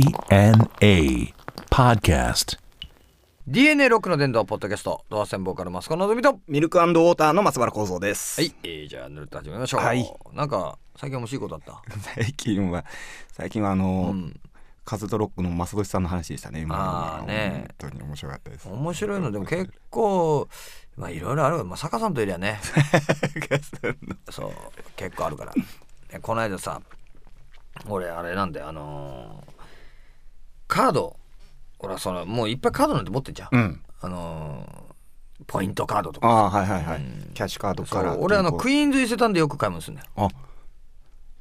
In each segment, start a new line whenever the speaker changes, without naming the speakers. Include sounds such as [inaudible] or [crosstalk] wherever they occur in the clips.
DNA Podcast.
DNA6 の伝道ポッドキャストドアセンボーカルマスコのぞみとは
ミルクウォーターの松原幸三です。
い、えー、じゃあぬるっと始めましょう、
はい
なんか最近面白いことあった [laughs]
最近は、最近はあ
う
の、
ん
カズトロックのマスドシさんの話でしたね。今のは
あーね
本当に面白かったです。
面白いので
[laughs]
も結構まあいろいろあるまあ坂さんといりゃ [laughs] ねそう結構あるからでこの間さ俺あれなんであのーカード俺はそのもういっぱいカードなんて持ってんじゃん、
うん。
あのーポイントカードと
あ
か
あ、はいはいはい。キャッシュカード
そ
から。
う俺あのク
イーン。
イーンズ伊勢丹でよく買い物するんだよ
あ、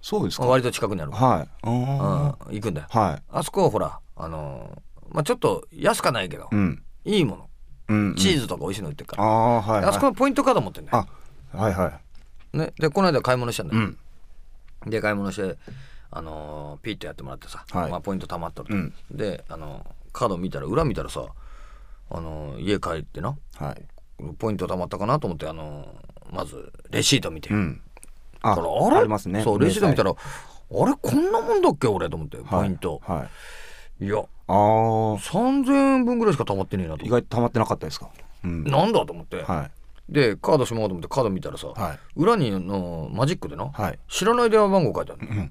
そうですか。はい。
割と近くにあるから
あ
うん
あ
行くんだよ
ー。はい。
あそこはほらあのーまあちょっと安かないけど、
うん。
いいもの
うんうん。
チーズとか美味しいの売ってるから、
ああ、はい。はい
あそこのポイントカード持ってんだよ、
あ、はいはい。
ね、でこの間買い物したんだ
う
よ、
ん。
で買い物して、あのーピーッとやってもらってさ、
はい
まあ、ポイント貯まっとると、
うん
で、あのーカード見たら裏見たらさ、あのー家帰ってな
はい。
ポイント貯まったかなと思って、あのーまずレシート見て、
うん。あ
これあれ
ありますね。
そうレシート見た
ら。
らあれこんなもんだっけ俺と思ってポイント、
はい。はい
い、や
ああ、
3000円分ぐらいしか貯まってねえなと
意
思って
外と溜まってなかったですか。うん。
なんだと思って、
はい。
でカードしまおうと思ってカード見たらさ、
はい
裏にのマジックでな、
はい。
知らない電話番号書いてあるの、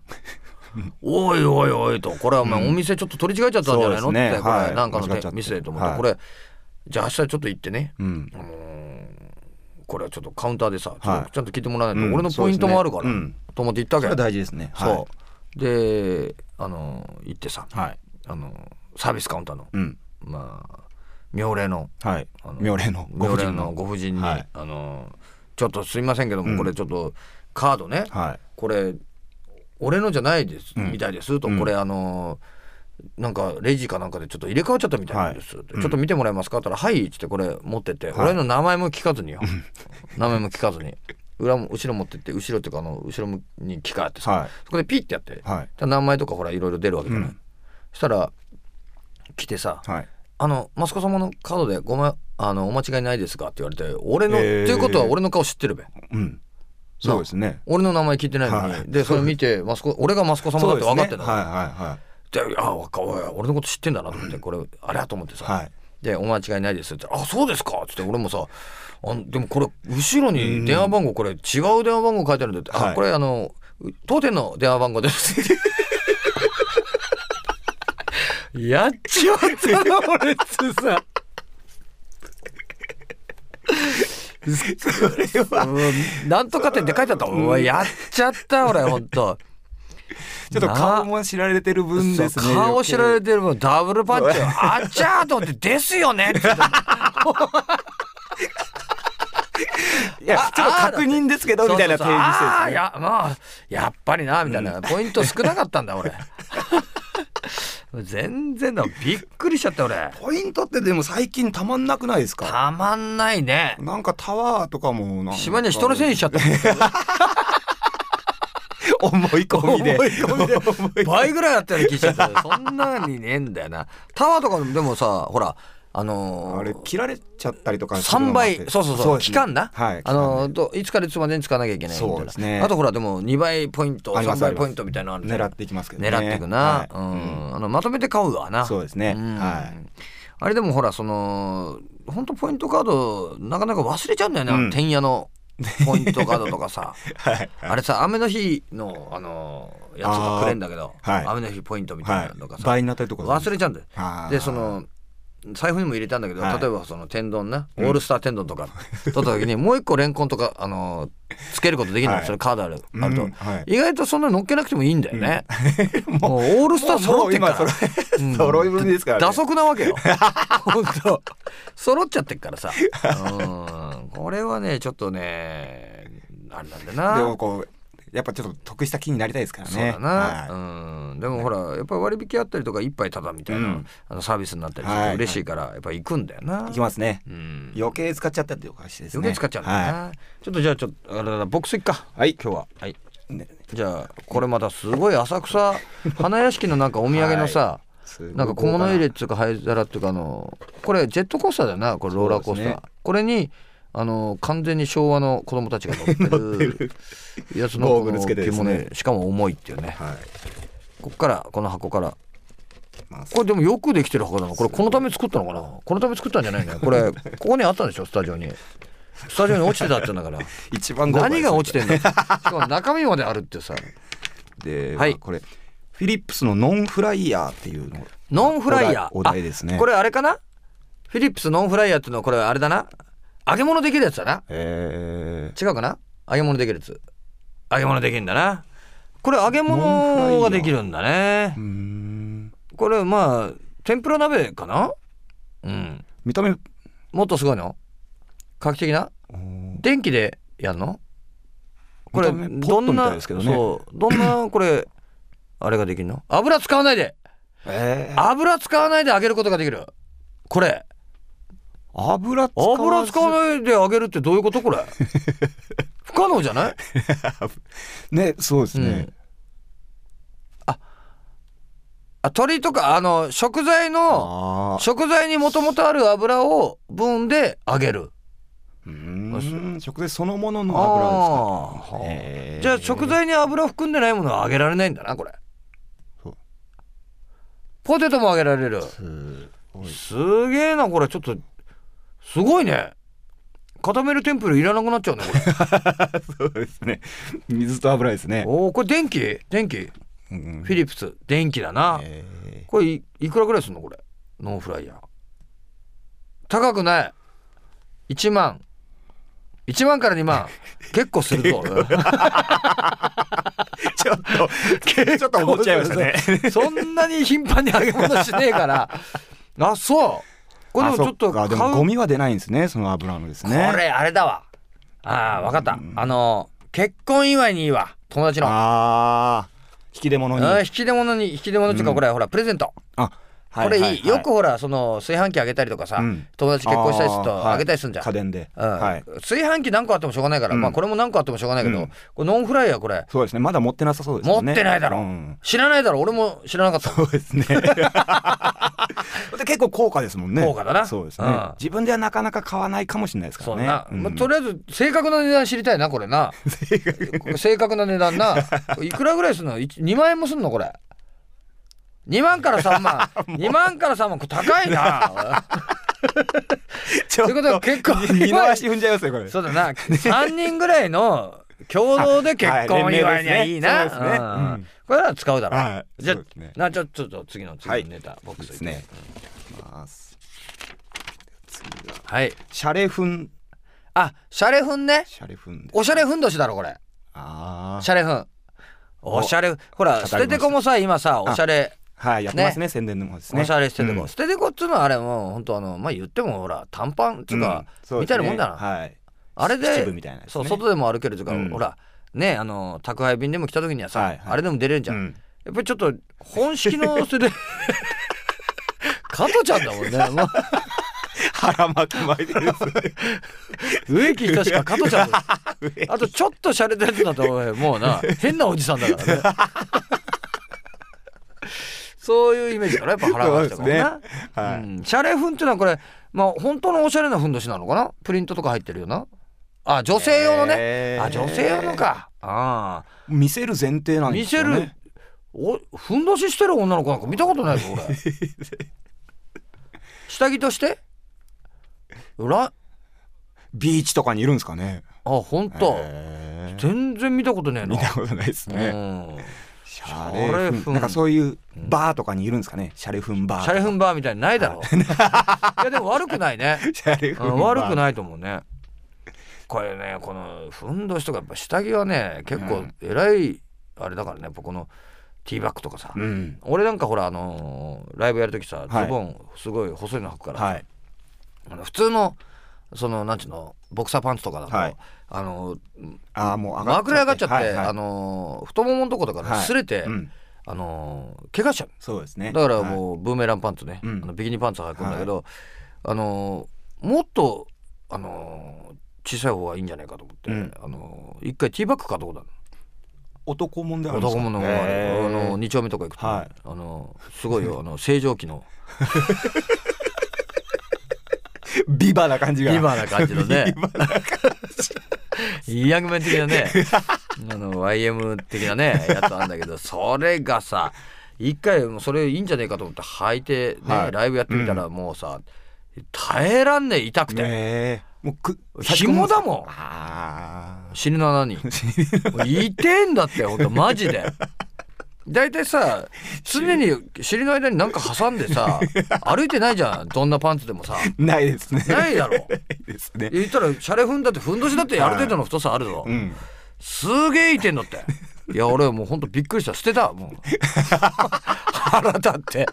おいおいおいとこれはお前お店ちょっと取り違えちゃったんじゃないの、
そうですね
ってこれ、
はい
なんかの
間違っ
ね
ちゃって
店でと思って、
はい
これじゃあ明日ちょっと行ってね、
うん。
あのーこれはちょっとカウンターでさちょっと
はい
ちゃんと聞いてもらわないと、
うん
俺のポイントもあるから、
そうですねうん
と思って行ったわ
そ
け
れは
よ
大事ですね。
そう、であのー行ってさ、
はい。はい。
あのーサービスカウンターの、
うん。
まあ妙齢の
はい
あの。
妙齢のご
妙
婦
齢
人
の
の。
ご婦人に、
はい
あのーちょっとすいませんけども、
うん
これちょっとカードね、
はい。
これ俺のじゃないです、
うん
みたいですと、
うん
これあのなんかレジかなんかでちょっと入れ替わっちゃったみたいなんです、
はい
でちょっと見てもらえますかって言ったら「はい」っつってこれ持ってって、
はい
俺の名前も聞かずによ名前も聞かずに裏も後ろ持ってって後ろっていうかあの後ろに聞かってさ、
はい
そこでピッてやって、
はい。
で名前とかほらいろいろ出るわけじゃない、
うん
そしたら来てさ、
はい。
あの、マスコ様のカードでごま、あの、お間違いないですかって言われて、俺の、
えー
っていうことは俺の顔知ってるべ。
うん。そうですね。
俺の名前聞いてないのに。
はい
で、それ見て、マスコ、俺がマスコ様だって分かってん
そうですね
だ
はいは
で、あ、わか、おい俺のこと知ってんだなと思って、これ、あれやと思ってさ。
い
[laughs]
はい。はい。
で、お間違いないですって、あ、そうですかっつって、俺もさ、あでもこれ、後ろに電話番号、これ、違う電話番号書いてあるんだって、
は
あ、
い
これ、あの、う当店の電話番号です。
[laughs]
やっちまったな、俺ってさ。うんなんとか店って書いてあった。おい、やっちゃった、俺、ほんと。
ちょっと顔も知られてる分です
そう
ね。
顔知られてる分ダブルパンチよあっちゃーと思って「ですよね」って言って
いや、ちょっと確認ですけど、みたいな
そうそう
提
そう
示して
あーい
ですね。
やまあやっぱりなみたいな、ポイント少なかったんだ俺全然だびっくりしちゃった俺
ポイントってでも最近たまんなくないですか
たまんないね
なんかタワーとかもなんか
島には人のせいにしちゃった
[laughs] 思い込みで
思い込みで
思い込み
倍ぐらいあったような気しちゃったよそんなにねえんだよなタワーとかでもさほらあのー
あれ切られちゃったりとかするの
3
もあって
倍そうそうそう
ですね
期間な、
はい
あのどいつからいつまでに使わなきゃいけないみたいな
そうですね
あとほらでも2倍ポイント
ありま
3
すあ
倍
ります
ポイントみたいなのあるじゃん
狙っていきますけどね
狙っていくな、
はい
うんあのまとめて買うわな
そうですね
ん
はい
あれでもほらその本当ポイントカードなかなか忘れちゃうんだよね、
うん
てんや
[laughs]
のポイントカードとかさ
はい
あれさ雨の日のあのやつがくれんだけど、
あーはい
雨の日ポイントみたいな
は
のとか
い
さ、
倍になったりとか
忘れちゃうんだよ
あー
でその財布にも入れたんだけど、
はい
例えばその天丼なオールスター天丼と
[laughs]
か取った時に、もう一個レンコンとか、あのつけることできない、
はい
それカードあるあると、
うんはい
意外とそんな乗っけなくてもいいんだよね、
[laughs]
もうオールスター揃ってっから
もうもう今揃え揃いぶりですからね
打足なわけ
[laughs]
よ本当揃っちゃってっからさうんこれはねちょっとねあれなんだな
でもこうやっぱちょっと得した気になりたいですからね
そうだな、
は
うんでもほらやっぱり割引あったりとか一杯ただみたいな、
うん
あのサービスになったりして
はい
嬉しいからやっぱ行くんだよな、
い、いきますね
うん
余計使っちゃったっておかしいですね
余計使っちゃうんだよな、ちょっとじゃあちょっとあれだボックス行っか
はい
今日ははい
はいね
じゃあこれまたすごい浅
[laughs]
草花屋敷のなんかお土産のさ、
すごい
なんか小物入れっつうか灰皿っていうかあのこれジェットコースターだよなこれローラーコースター、
そうです
これにあの完全に昭和の子供たちが乗
[laughs]
ってるやつの
ゴー
こ
グル
の
つけてですね
着物でしかも重いっていうね
はい
こっからこの箱から
ます
これでもよくできてる墓だなこれこのために作ったのかなこのために作ったんじゃないんだ
[laughs]
よこれここにあったんでしょスタジオにスタジオに落ちてたって言うんだから
一番豪華
何が落ち
て
てんだよしかも中身まであるってさ
で、
はい
まあこれフィリップスのノンフライヤーっていうの
ノンフライヤー
お題お題ですね
あこれあれかなフィリップスノンフライヤーっていうのはこれあれだな揚げ物できるやつだな
え
違うかな揚げ物できるやつ揚げ物できるんだなこれ揚げ
ノンフライヤ
物
ー
ができるんだね
ー、うーん
これまあ天ぷら鍋かなうん
見た目
もっとすごいの画期的な
おー
電気でやるのこれ
見た目
ど
ポット
ん
みたい
な
ですけどね
そうどんなこれあれができるの油使わないで
えー、
油使わないで揚げることができるこれ
油使わず
油使わないで揚げるってどういうこと
[laughs]
これ不可能じゃない、
ねそうです
う
ね、
ん、ああ鶏とかあの食材の
ああ
食材にもともとある油を分で揚げる
うーん食材そのものの油ですか
あー
へー
じゃあ食材に油含んでないものは揚げられないんだなこれ
そう
ポテトも揚げられる
すごい
すげえなこれちょっとすごいね固めるテンプルいらなくなっちゃうねこれ
[laughs] そうですね水と油ですね
おおこれ電気電気
フ
フィ
リ
リップス電気だな、これいいくらぐらいすんのこれノンフライヤー高くない1万1万から2万
[laughs]
結構するぞ
ちょっと
[laughs]
ちょっと思っちゃいま [laughs] したね
そんなに頻繁に揚げ物しねえからあそうこれでもちょっと
あそ
買
か
う
でもゴミは出ないんですねその油のですね
これあれだわああ分かったあの結婚祝いにいいわ友達の
ああ引き出物に
うん引き出物に引き出物っていうか
うん
これほらプレゼント
あは
これいいよく
は
ほらその炊飯器あげたりとかさ
うん
友達結婚したりする
あー
と
はい
あげたりするんじゃん
家電で
うん
はい
炊飯器何個あってもしょうがないから、
うん
まあこれも何個あってもしょうがないけど、
うん
これノンフライヤーこれ
そうですねまだ持ってなさそうですよね
持ってないだろ
うん
知らないだろ俺も知らなかった
そ
[laughs]
うですねで結構高価ですもんね
高価だな
そうですね
うん
自分ではなかなか買わないかもしれないですか
そ
ら
う
ね
な、
うん
まあとりあえず正確な値段知りたいなこれ
[laughs]
な正確な値段ないくらぐらいするのいち2万円もすんのこれ2万から3万2
[laughs]
万から3万これ高いな
ちょっ
ということは結構
二の足踏んじゃいますよこれ
そうだな3人ぐらいの共同
[laughs]
で結婚祝いにはいいな、
はい連名ですねそうですね
うん
うん
これは使うだろ、
はい
じゃあ
そうですね
なちょちょっと次の次のネタ、ボック
で
ス
すねいきます
はい
シャレフン
あ、シャレフンね。
シャレフンで
おしゃれふんどしだろ、これ。
あ
シャレフン。おしゃれ、ほ
語り
ら、
まし
捨
た
ててこもさ、今さ、おしゃれ、
あはいやってますね宣伝の方ですね
おしゃれ捨ててこ。
うん
捨ててこっつうのは、あれもう、本当あの、まあ言っても、ほら、短パンっつうか、
んそう
み
で
た
す
い
ね
なもんだな。
はい
あれ
秩
で
父みたいな、です
そ
ね
う、外でも歩けるとか、
うん
ほら、ね、あの、宅配便でも来た時には
は
さ
い、はい
あれでも出れるじゃ。
うんん
やっぱりちょっと、本式
[laughs]
の捨てて、加トちゃんだもんね。も
腹巻き巻いてるやつ
う、 [laughs] 植木仁しか加トちゃん
[laughs]
だもん。あと、ちょっと洒落たやつだと、おいもうな、変なおじさんだから
[laughs]
ね。そういうイメージからやっぱ腹が立た
そう
か
ですね
らな。
は
う
い
んシャレふんっていうのはこれ、まあ、本当のおしゃれなふんどしなのかなプリントとか入ってるよなあ女性用のね、
へー
あ女性用のかああ
見せる前提なんで
見
す
せ
よね
るおふんどししてる女の子なんか見たことないぞ
[laughs]
俺下着としてら
ビーチとかにいるんですかね
あ本当、
へー
全然見たことねえな
見たことないです
う
ね
ん
シャレ
シャレ
フ
フン
ンなんかそういうバーとかにいるんですかねシャレフンバー
シャレフンバーみたいにないだ
[laughs]
ろいやでも悪くないね
シャレフ
う
ンバ
ん
ー
悪くないと思うねこれねこのふんどしとかやっぱ下着はね結構えらいあれだからねやっぱこのティーバッグとかさ、
うん
俺なんかほらあのーライブやる時さ
はい
ズボンすごい細いの履くから、
はい
あの普通のそのなんちゅうのボクサーパンツとかだと、
はい
あのー
ああもう上
まくれ上がっちゃって、
はいはい
あのー太もものとことかね
はい
擦れて、
うん
あのー怪我しちゃう
そうですね
だから
う
もうブーメランパンツね、
うん
あのビキニパンツ履くんだけど、あのーもっと、あのー小さい方がいいんじゃないかと思って、
うん
あのー一回ティーバッグ買ったことある
男もんであるんです
男
か
物のあ
へー
の二丁目とか行くと、
はい
あのーすごいよあの正常期の
ビバな感じが
ビバな感じのねイヤングメ
[laughs]
ン的なねあの YM 的なねやつあんだけどそれがさ一回もうそれいいんじゃねえかと思って履いて、ね
はい
ライブやってみたらもうさ、耐えらんねえ痛くて、
ええもうく
紐だもん
あ
死ぬななにもう痛えんだってほんとマジで大体さ常に尻の間に何か挟んでさ歩いてないじゃんどんなパンツでもさ
あないですね
ないだろ
[laughs] ないですね
言ったらシャレ踏んだってふんどしだってある程度の太さあるぞ、
うん
すげえ痛えんだっていや俺はもうほんとびっくりした捨てたもう [laughs] 腹立って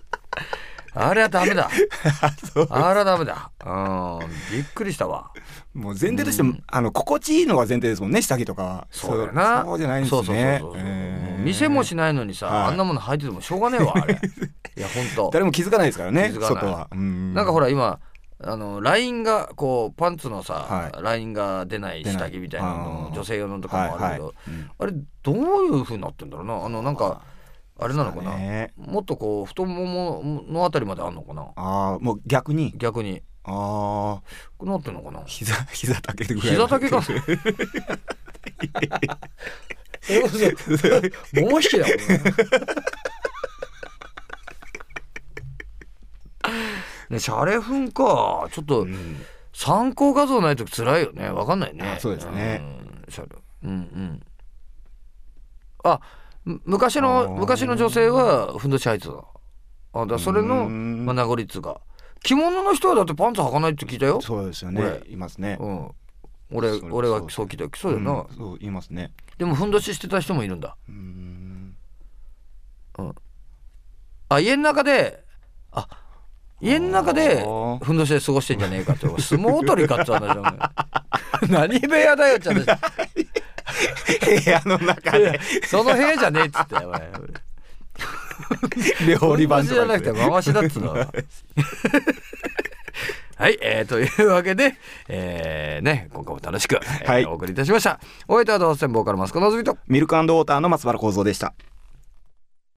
あれはダメだ
[laughs] そう
あれはダメだうんびっくりしたわ
もう前提としても、あの心地いいのが前提ですもんね下着とかは
そうだよな
そうそうじゃないんですね
そうそうそうそうも
ええ
う見せもしないのにさ、
はい
あんなもの履いててもしょうがねえわ
[laughs]
あれいやほんと
誰も気づかないですからね
気づかない
外はうん
なんかほら今あのラインがこうパンツのさ、
は
ラインが出ない
出な
下
い
着みたいなの
あー
女性用のとかもあるけど、
はいはいうん
あれどういうふうになってんだろうなあのなんかあれなのかな、
ね
もっとこう太もものあたりまであんのかな
ああもう逆に
逆に
ああ
こうなってんのかな
膝膝丈ぐらい
膝丈かえ嘘桃引きだもんねねシャレフンかちょっと、
うん
参考画像ないと辛いよねわかんないね
あそうですね
うんシャレうんうんあむ昔の
あー
昔の女性はふんどし履いてたあだからそれ
うー
の、
ん
まあ、名残っつうか着物の人はだってパンツ履かないって聞いたよ
そうですよ
俺
ねいますね
うん、俺
それ
俺は
そう
そう聞いたよそうだよな、
んそういますね
でもふんどししてた人もいるんだ
うーん
あ家の中であ家の中で
あー
ふんどしで過ごしてんじゃねえかって相撲取りかって話だね [laughs] 何部屋だよって話
部屋の中で
その部屋じゃねえっつってお前
料理
ふ
番
んどし
と
じゃ
か
な
で
くて
すね
回しだっつう
[laughs]
のはい、えー、というわけで、えーね、今回も楽しく、えー
はい
お送りいたしましたお相手はどうせボーカルマスコのずみと
ミルクウォーターの松原幸三でした